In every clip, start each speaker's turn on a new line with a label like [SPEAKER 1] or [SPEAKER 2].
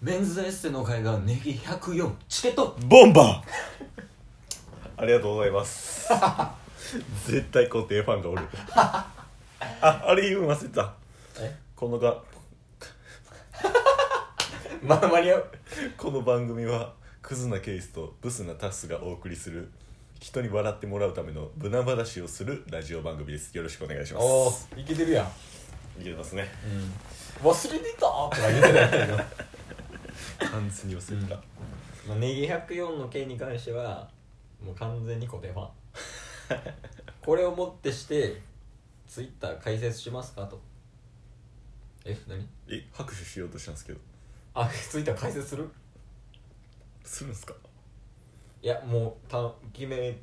[SPEAKER 1] メンズエステの会がネギ104チケット
[SPEAKER 2] ボンバーありがとうございます 絶対固定ファンがおるああれ言うん忘れてた
[SPEAKER 1] え
[SPEAKER 2] このが
[SPEAKER 1] まだ間に合う
[SPEAKER 2] この番組はクズなケースとブスなタスがお送りする人に笑ってもらうための無難話をするラジオ番組ですよろしくお願いしま
[SPEAKER 1] おお
[SPEAKER 2] す
[SPEAKER 1] いけてるやん、
[SPEAKER 2] いけますね
[SPEAKER 1] 忘れてたとか言ってたけど
[SPEAKER 2] 完全に忘れてた、
[SPEAKER 1] まあネギ104の件に関してはもう完全に固定ファ ンこれをもってしてツイッター解説しますかとえ何
[SPEAKER 2] え拍手しようとしたんですけど
[SPEAKER 1] あツイッター解説する
[SPEAKER 2] するんですか
[SPEAKER 1] いやもうた決め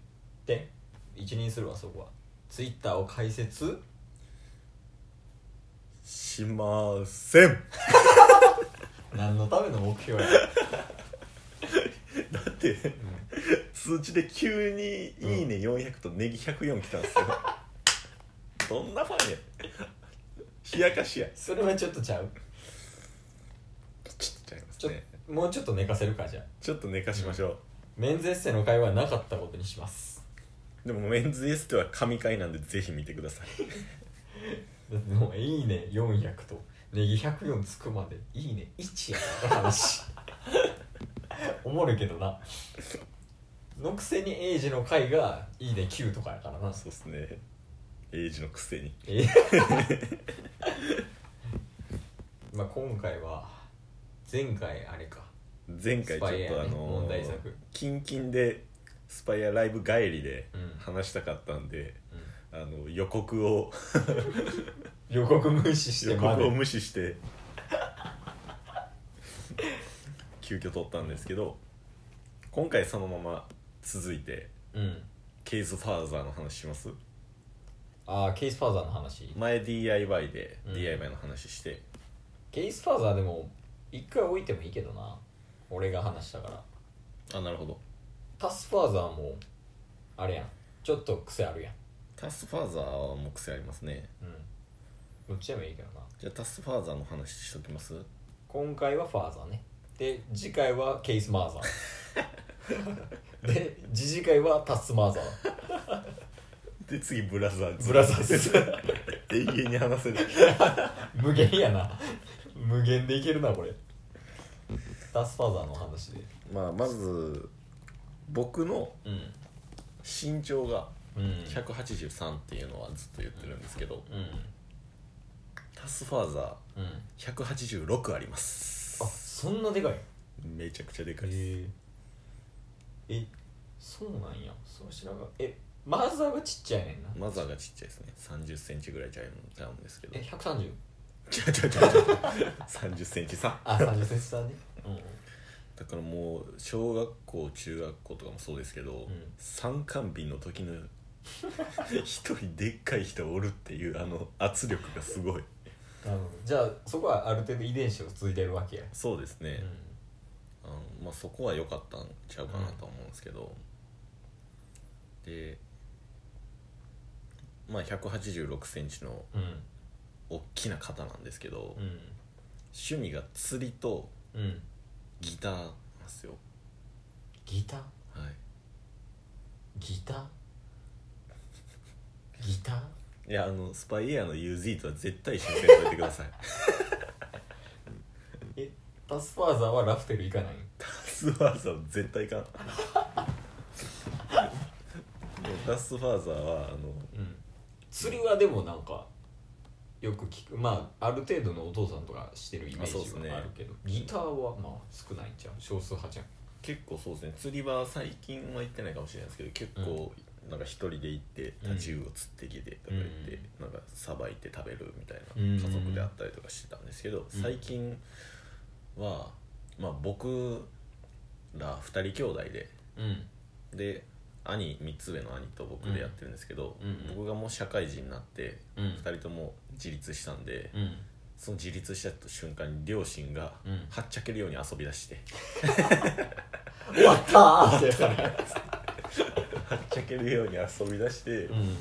[SPEAKER 1] て一任するわそこはツイッターを解説
[SPEAKER 2] しません
[SPEAKER 1] 何のための目標や
[SPEAKER 2] だって通知で急に「いいね400」と「ネギ104」来たんですよ どんなファンや冷やかしや
[SPEAKER 1] それはちょっとちゃう
[SPEAKER 2] ちょっと違います
[SPEAKER 1] ちょ
[SPEAKER 2] ね
[SPEAKER 1] もうちょっと寝かせるかじゃあ
[SPEAKER 2] ちょっと寝かしましょう、
[SPEAKER 1] メンズエッセの会はなかったことにします
[SPEAKER 2] でもメンズエステは神回なんでぜひ見てください
[SPEAKER 1] だってもう「いいね400」と「ネギ104」つくまで「いいね1」やから話 おもろいけどなのくせにエイジの会が「いいね9」とかやからな
[SPEAKER 2] そうですねエイジのくせに
[SPEAKER 1] え まあ今回は前回あれか
[SPEAKER 2] 前回ちょ
[SPEAKER 1] ス
[SPEAKER 2] っ
[SPEAKER 1] パイ
[SPEAKER 2] と
[SPEAKER 1] や
[SPEAKER 2] あ
[SPEAKER 1] ね
[SPEAKER 2] の
[SPEAKER 1] 問題作
[SPEAKER 2] キンキンでスパイアライブ帰りで
[SPEAKER 1] うん
[SPEAKER 2] 話したかったんで、
[SPEAKER 1] うん
[SPEAKER 2] あの予告を
[SPEAKER 1] 予告無視して
[SPEAKER 2] 予
[SPEAKER 1] ま
[SPEAKER 2] 告を
[SPEAKER 1] で
[SPEAKER 2] 無視して 急遽撮ったんですけど今回そのまま続いて
[SPEAKER 1] うん
[SPEAKER 2] ケースファーザーの話します
[SPEAKER 1] ああケースファーザーの話
[SPEAKER 2] 前 DIY で
[SPEAKER 1] うん
[SPEAKER 2] DIY の話して、
[SPEAKER 1] ケースファーザーでも一回置いてもいいけどな俺が話したから
[SPEAKER 2] あなるほど
[SPEAKER 1] タスファーザーもあれやんちょっと癖あるやん
[SPEAKER 2] タスファーザーはもう癖ありますね
[SPEAKER 1] うんどっちでもいいけどな
[SPEAKER 2] じゃあタスファーザーの話しときます
[SPEAKER 1] 今回はファーザーねで次回はケースマーザーで次々回はタスマーザー
[SPEAKER 2] で次ブラザーズ
[SPEAKER 1] ブラザーズ
[SPEAKER 2] 永遠に話せる
[SPEAKER 1] 無限やな無限でいけるなこれダスファーザーの話で
[SPEAKER 2] まあまず僕の
[SPEAKER 1] うん
[SPEAKER 2] 身長が
[SPEAKER 1] うん
[SPEAKER 2] 183っていうのはずっと言ってるんですけど、
[SPEAKER 1] うん
[SPEAKER 2] タスファーザ
[SPEAKER 1] うん
[SPEAKER 2] ー186ありま
[SPEAKER 1] あ
[SPEAKER 2] す
[SPEAKER 1] そんなでかい
[SPEAKER 2] めちゃくちゃでかいです
[SPEAKER 1] ええそうなんやそう知らんかったえマザーがちっちゃいねんな
[SPEAKER 2] マザーがちっちゃいですね3 0ンチぐらいちゃいちゃうんですけど
[SPEAKER 1] え百130
[SPEAKER 2] ちゃうちゃうちゃうちゃう3 0ンチさ
[SPEAKER 1] あ三30センチだねうん
[SPEAKER 2] だからもう小学校中学校とかもそうですけど、
[SPEAKER 1] ん
[SPEAKER 2] 参観日の時の一人でっかい人おるっていうあの圧力がすごい
[SPEAKER 1] なるほどじゃあそこはある程度遺伝子を継いでるわけや
[SPEAKER 2] そうです
[SPEAKER 1] う
[SPEAKER 2] ね、
[SPEAKER 1] ん
[SPEAKER 2] あのまあ、そこは良かったんちゃうかなとは思うんですけど、でまあ1 8 6ンチの
[SPEAKER 1] うん
[SPEAKER 2] 大きな方なんですけど、
[SPEAKER 1] うん
[SPEAKER 2] 趣味が釣りと
[SPEAKER 1] うん
[SPEAKER 2] ギターなんですよ
[SPEAKER 1] ギター
[SPEAKER 2] は
[SPEAKER 1] ギターギター
[SPEAKER 2] いいやあのスパイエアの UZ とは絶対一緒にせんといてください
[SPEAKER 1] えタスファーザーはラフテル行かない
[SPEAKER 2] ダスファーザーは絶対いかんもうダスファーザーはあの
[SPEAKER 1] うん釣りはでもなんかよく聞くまあある程度のお父さんとかしてるイメ
[SPEAKER 2] あそうっす
[SPEAKER 1] ージ
[SPEAKER 2] ね
[SPEAKER 1] はあるけど、ギターはまあ少ないんちゃう少数派じゃん
[SPEAKER 2] 結構そうですね釣り場最近は行ってないかもしれないですけど結構なんか一人で行って
[SPEAKER 1] うん
[SPEAKER 2] タチウオ釣ってきてとか言って、なんかさばいて食べるみたいな
[SPEAKER 1] うん
[SPEAKER 2] 家族であったりとかしてたんですけど、最近は、まあ、僕ら2人兄弟で
[SPEAKER 1] うん
[SPEAKER 2] で兄3つ上の兄と僕でやってるんですけど、
[SPEAKER 1] うんうん
[SPEAKER 2] 僕がもう社会人になって
[SPEAKER 1] うん
[SPEAKER 2] 2人とも自立したんで、
[SPEAKER 1] うん
[SPEAKER 2] その自立した瞬間に両親が
[SPEAKER 1] うん
[SPEAKER 2] はっちゃけるように遊び出して。
[SPEAKER 1] 終わったーってやつだね
[SPEAKER 2] はっちゃけるように遊び出して、
[SPEAKER 1] うん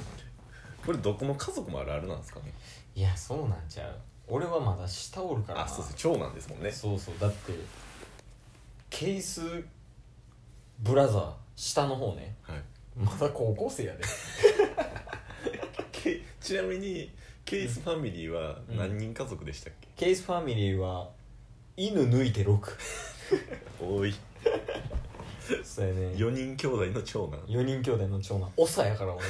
[SPEAKER 2] これどこの家族もあるあるなんですかね
[SPEAKER 1] いやそうなんちゃう俺はまだ下おるからな
[SPEAKER 2] あそうです長男ですもんね
[SPEAKER 1] そうそうだってケースブラザー下の方ね
[SPEAKER 2] はい
[SPEAKER 1] まだ高校生やで
[SPEAKER 2] けちなみにケイスファミリーは何人家族でしたっけ、
[SPEAKER 1] ケースファミリーは犬抜いて6
[SPEAKER 2] 多い
[SPEAKER 1] そうやね
[SPEAKER 2] 4人兄弟の長男
[SPEAKER 1] 4人兄弟の長男長やから俺、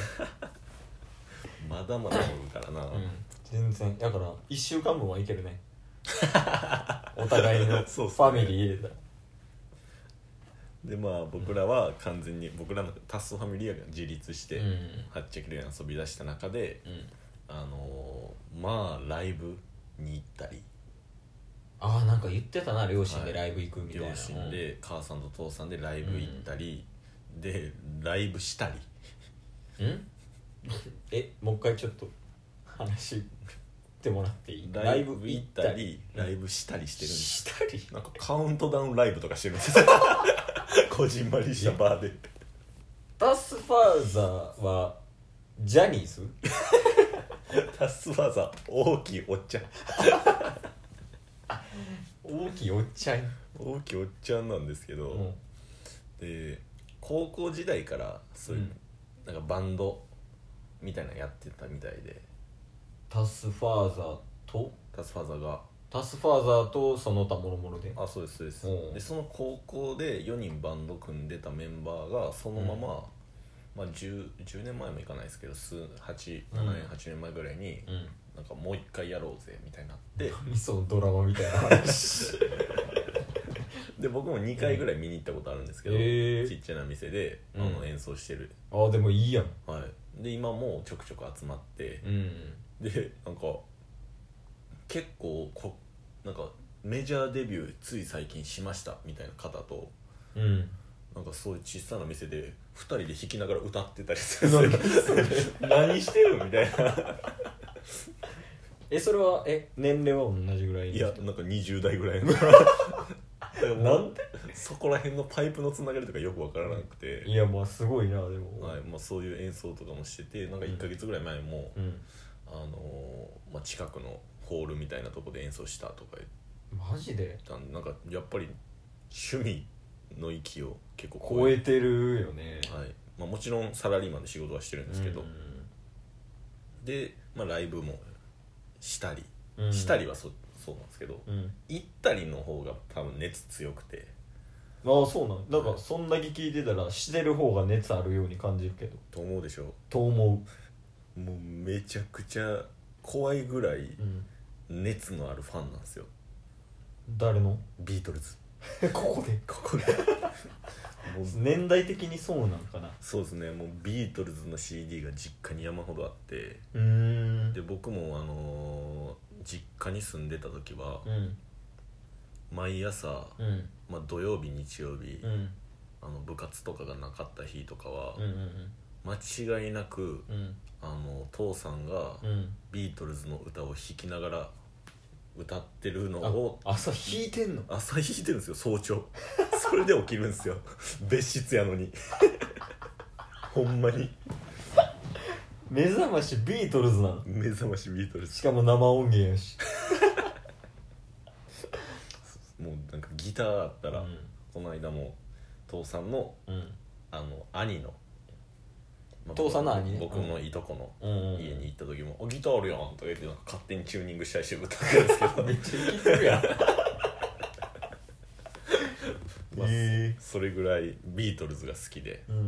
[SPEAKER 2] まだまだおるからな、
[SPEAKER 1] うん、全然だから1週間分はいけるねお互いのフ
[SPEAKER 2] そうっす
[SPEAKER 1] ァ
[SPEAKER 2] ね
[SPEAKER 1] ミリー入れたら
[SPEAKER 2] でまあ僕らは完全に僕らのタッソファミリーが自立して、
[SPEAKER 1] うん
[SPEAKER 2] はっちゃけるように遊び出した中で
[SPEAKER 1] うん
[SPEAKER 2] あのーまあライブに行ったり
[SPEAKER 1] ああなんか言ってたな両親で
[SPEAKER 2] はい
[SPEAKER 1] ライブ行くみたいな、
[SPEAKER 2] 両親で母さんと父さんでライブ行ったり、でライブしたり
[SPEAKER 1] うん えもう一回ちょっと話してもらっていい
[SPEAKER 2] ライブ行ったり
[SPEAKER 1] 行った
[SPEAKER 2] ライブしたりしてるんです
[SPEAKER 1] したり
[SPEAKER 2] なんかカウントダウンライブとかしてる んですこじんまりしたバーで
[SPEAKER 1] タスファーザーはジャニーズ
[SPEAKER 2] タスファザ大きいおっちゃん
[SPEAKER 1] 大きいおっちゃん、
[SPEAKER 2] 大きいおっちゃんなんですけど、
[SPEAKER 1] うん
[SPEAKER 2] で高校時代からそういう、
[SPEAKER 1] うん
[SPEAKER 2] なんかバンドみたいなのやってたみたいで
[SPEAKER 1] タスファーザーと
[SPEAKER 2] タスファザが
[SPEAKER 1] タスファーザーとその他もろもろで
[SPEAKER 2] あそうですそうです、
[SPEAKER 1] うん
[SPEAKER 2] でその高校で4人バンド組んでたメンバーがそのまま、まあ、10, 10年前もいかないですけど87
[SPEAKER 1] う
[SPEAKER 2] 年
[SPEAKER 1] ん
[SPEAKER 2] 8年前ぐらいに、
[SPEAKER 1] うん
[SPEAKER 2] なんかもう一回やろうぜみたいにな って
[SPEAKER 1] 何そのドラマみたいな 話
[SPEAKER 2] で僕も2回ぐらい見に行ったことあるんですけど、
[SPEAKER 1] うんへー
[SPEAKER 2] ちっちゃな店であ
[SPEAKER 1] う
[SPEAKER 2] の
[SPEAKER 1] ん
[SPEAKER 2] 演奏してる、
[SPEAKER 1] あーでもいいやん
[SPEAKER 2] はい、で今もうちょくちょく集まって、
[SPEAKER 1] うん
[SPEAKER 2] でなんか結構こなんかメジャーデビューつい最近しましたみたいな方と
[SPEAKER 1] うん
[SPEAKER 2] なんかそういう小さな店で2人で弾きながら歌ってたりするんですよ 何してるみたいな
[SPEAKER 1] えそれはえ年齢は同じぐらいの
[SPEAKER 2] い
[SPEAKER 1] 人
[SPEAKER 2] やなんか20代 ぐらいの
[SPEAKER 1] なん
[SPEAKER 2] でそこら辺のパイプのつながりとかよくわからなくて、
[SPEAKER 1] いやまあすごいなでも、
[SPEAKER 2] はいまあ、そういう演奏とかもしててなんか1か月ぐらい前も、
[SPEAKER 1] うん
[SPEAKER 2] あのーまあ、近くのホールみたいなとこで演奏したとか言って。
[SPEAKER 1] マジで
[SPEAKER 2] あなんかやっぱり趣味の域を結構
[SPEAKER 1] 超えてるよね
[SPEAKER 2] はいまあ、もちろんサラリーマンで仕事はしてるんですけど、で、まあ、ライブもしたり、
[SPEAKER 1] うん
[SPEAKER 2] したりはそそうなんですけど、
[SPEAKER 1] うん
[SPEAKER 2] 行ったりの方が多分熱強くて
[SPEAKER 1] ああそうなんだからそんだけ聞いてたらしてる方が熱あるように感じるけど
[SPEAKER 2] と思うでしょ
[SPEAKER 1] と思、
[SPEAKER 2] うもうめちゃくちゃ怖いぐらいう
[SPEAKER 1] うん、
[SPEAKER 2] 熱のあるファンなんですよ
[SPEAKER 1] 誰の
[SPEAKER 2] ビートルズ
[SPEAKER 1] ここで
[SPEAKER 2] ここでもう
[SPEAKER 1] 年代的にそうなんかな
[SPEAKER 2] そうですねもうビートルズの CD が実家に山ほどあって
[SPEAKER 1] うーん
[SPEAKER 2] で僕もあのー実家に住んでた時は
[SPEAKER 1] うん
[SPEAKER 2] 毎朝、
[SPEAKER 1] うん
[SPEAKER 2] まあ、土曜日日曜日、
[SPEAKER 1] うんうん
[SPEAKER 2] あの部活とかがなかった日とかは、
[SPEAKER 1] うん
[SPEAKER 2] 間違いなく
[SPEAKER 1] うんうん
[SPEAKER 2] あの父さんが
[SPEAKER 1] うん
[SPEAKER 2] ビートルズの歌を弾きながら歌ってるのを
[SPEAKER 1] あ朝弾いてんの
[SPEAKER 2] 朝弾いてるんですよ早朝それで起きるんですよ 別室やのに ほんまに
[SPEAKER 1] 目覚ましビートルズなの
[SPEAKER 2] 目覚ましビートルズ
[SPEAKER 1] しかも生音源やし
[SPEAKER 2] もうなんかギターあったら、
[SPEAKER 1] うん
[SPEAKER 2] この間も父さんの
[SPEAKER 1] うん
[SPEAKER 2] あの兄の、まあ
[SPEAKER 1] 父さんの兄ね
[SPEAKER 2] 僕のいとこ
[SPEAKER 1] うんうんう
[SPEAKER 2] の
[SPEAKER 1] ん
[SPEAKER 2] 家に行った時も「あギターあるやん」とか言ってなんか勝手にチューニングしたりして歌ってるんですけど、
[SPEAKER 1] めっちゃ聞いてる やん
[SPEAKER 2] まあ
[SPEAKER 1] え
[SPEAKER 2] それぐらいビートルズが好きで
[SPEAKER 1] うんう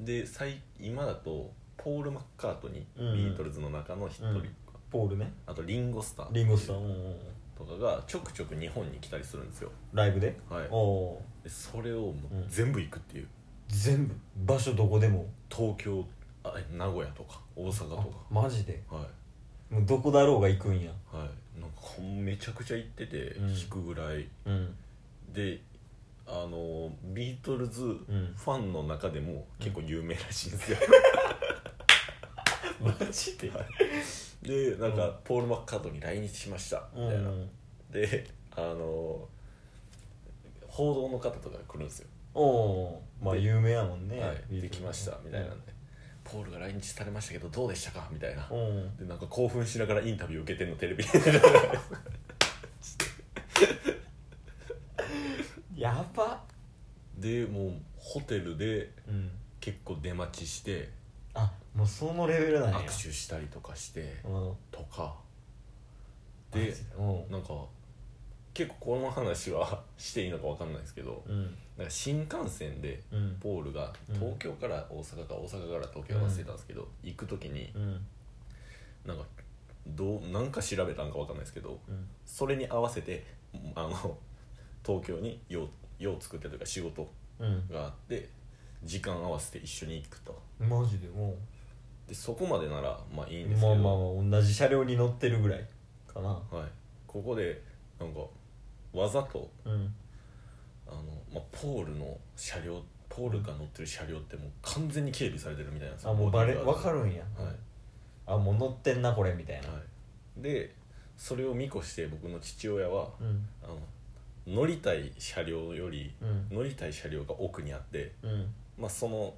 [SPEAKER 1] ん
[SPEAKER 2] で最今だとポール・マッカートニ
[SPEAKER 1] うん
[SPEAKER 2] ービートルズの中の一人、
[SPEAKER 1] うんポールね
[SPEAKER 2] あとリンゴスター
[SPEAKER 1] リンゴスターうんうんうん
[SPEAKER 2] とかがちょくちょく日本に来たりするんですよ、
[SPEAKER 1] ライブで
[SPEAKER 2] はい、
[SPEAKER 1] おお
[SPEAKER 2] でそれをもううん全部行くっていう
[SPEAKER 1] 全部場所どこでも
[SPEAKER 2] 東京あえ名古屋とか大阪と
[SPEAKER 1] あマジで
[SPEAKER 2] かはい
[SPEAKER 1] もうどこだろうが行くんや
[SPEAKER 2] はい、なんかほんめちゃくちゃ行ってて
[SPEAKER 1] うん
[SPEAKER 2] 弾くぐらい、
[SPEAKER 1] うん
[SPEAKER 2] であのビートルズフ
[SPEAKER 1] ん
[SPEAKER 2] ァンの中でも結構有名らしいんですよ、
[SPEAKER 1] マジで
[SPEAKER 2] でなんか、
[SPEAKER 1] うん
[SPEAKER 2] ポール・マッカートに来日しましたみ
[SPEAKER 1] う
[SPEAKER 2] たいな、
[SPEAKER 1] ん
[SPEAKER 2] であの報道の方とかが来るんですよ、
[SPEAKER 1] おおまあ有名やもんね
[SPEAKER 2] は
[SPEAKER 1] ビー
[SPEAKER 2] い、
[SPEAKER 1] トルズ
[SPEAKER 2] できましたみたいなんで、ポールが来日されましたけどどうでしたかみたいな
[SPEAKER 1] うん
[SPEAKER 2] でなんか興奮しながらインタビュー受けてんのテ レビ
[SPEAKER 1] やば
[SPEAKER 2] でもうホテルで
[SPEAKER 1] うん
[SPEAKER 2] 結構出待ちして
[SPEAKER 1] あもうそのレベルなんや
[SPEAKER 2] 握手したりとかして
[SPEAKER 1] うん
[SPEAKER 2] とか
[SPEAKER 1] マ
[SPEAKER 2] で
[SPEAKER 1] ジうん
[SPEAKER 2] なんか結構この話はしていいのか分かんないですけど
[SPEAKER 1] うん
[SPEAKER 2] なんか新幹線で
[SPEAKER 1] うん
[SPEAKER 2] ポールが
[SPEAKER 1] うん
[SPEAKER 2] 東京から大阪か大阪から東京忘れたんですけど、行く時に
[SPEAKER 1] うん
[SPEAKER 2] なんかどうなんか調べたんか分かんないですけど
[SPEAKER 1] うん
[SPEAKER 2] それに合わせてあの東京に用用作ってというか仕事
[SPEAKER 1] うん
[SPEAKER 2] があって時間合わせて一緒に行くと
[SPEAKER 1] マジでも
[SPEAKER 2] でそこまでならまあいいん
[SPEAKER 1] う
[SPEAKER 2] ですけ
[SPEAKER 1] ま
[SPEAKER 2] ど、
[SPEAKER 1] あまあまあ同じ車両に乗ってるぐらいかな
[SPEAKER 2] はい、ここでなんかわざと
[SPEAKER 1] うん
[SPEAKER 2] あの、まあ、ポールの車両ポールが乗ってる車両ってもう完全に警備されてるみたいなんです
[SPEAKER 1] あもうバレ
[SPEAKER 2] ボディーガ
[SPEAKER 1] わ
[SPEAKER 2] ード
[SPEAKER 1] かるんや
[SPEAKER 2] はい
[SPEAKER 1] あもう乗ってんなこれみたいな
[SPEAKER 2] はい、でそれを見越して僕の父親は
[SPEAKER 1] うん
[SPEAKER 2] あの乗りたい車両より
[SPEAKER 1] うん
[SPEAKER 2] 乗りたい車両が奥にあって、
[SPEAKER 1] うん
[SPEAKER 2] まあ、その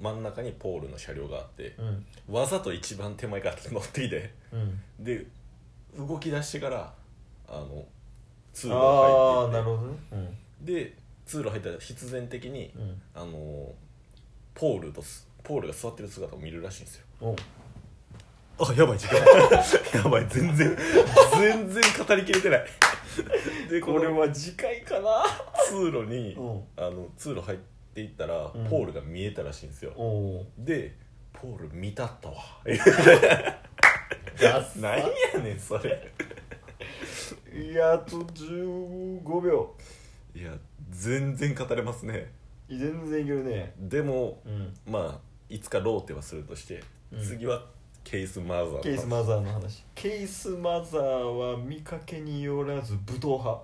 [SPEAKER 2] 真ん中にポールの車両があって
[SPEAKER 1] うん
[SPEAKER 2] わざと一番手前から乗ってきて
[SPEAKER 1] うん
[SPEAKER 2] で動き出してからあの通路
[SPEAKER 1] ああ
[SPEAKER 2] 入
[SPEAKER 1] なる
[SPEAKER 2] っていっ
[SPEAKER 1] ほどねうん
[SPEAKER 2] てで通路入ったら必然的に、
[SPEAKER 1] うん
[SPEAKER 2] あのーポールとすポールが座ってる姿を見るらしいんですよ
[SPEAKER 1] お
[SPEAKER 2] あやばい時 間やばい全然全然語りきれて ないでこ
[SPEAKER 1] これ
[SPEAKER 2] の
[SPEAKER 1] は次回かな
[SPEAKER 2] 通路に、
[SPEAKER 1] うん
[SPEAKER 2] あの通路入っていったら、
[SPEAKER 1] うん
[SPEAKER 2] ポールが見えたらしいんですよ
[SPEAKER 1] おお
[SPEAKER 2] でポール見た ったわ
[SPEAKER 1] や
[SPEAKER 2] 何やねんそれ
[SPEAKER 1] いやあと15秒
[SPEAKER 2] いや全然語れますね
[SPEAKER 1] 全然いけるね
[SPEAKER 2] でも
[SPEAKER 1] うん
[SPEAKER 2] まあいつかローテはするとして、
[SPEAKER 1] うん
[SPEAKER 2] 次はケースマザーの
[SPEAKER 1] ケースマザーの話ケースマザーは見かけによらず武闘派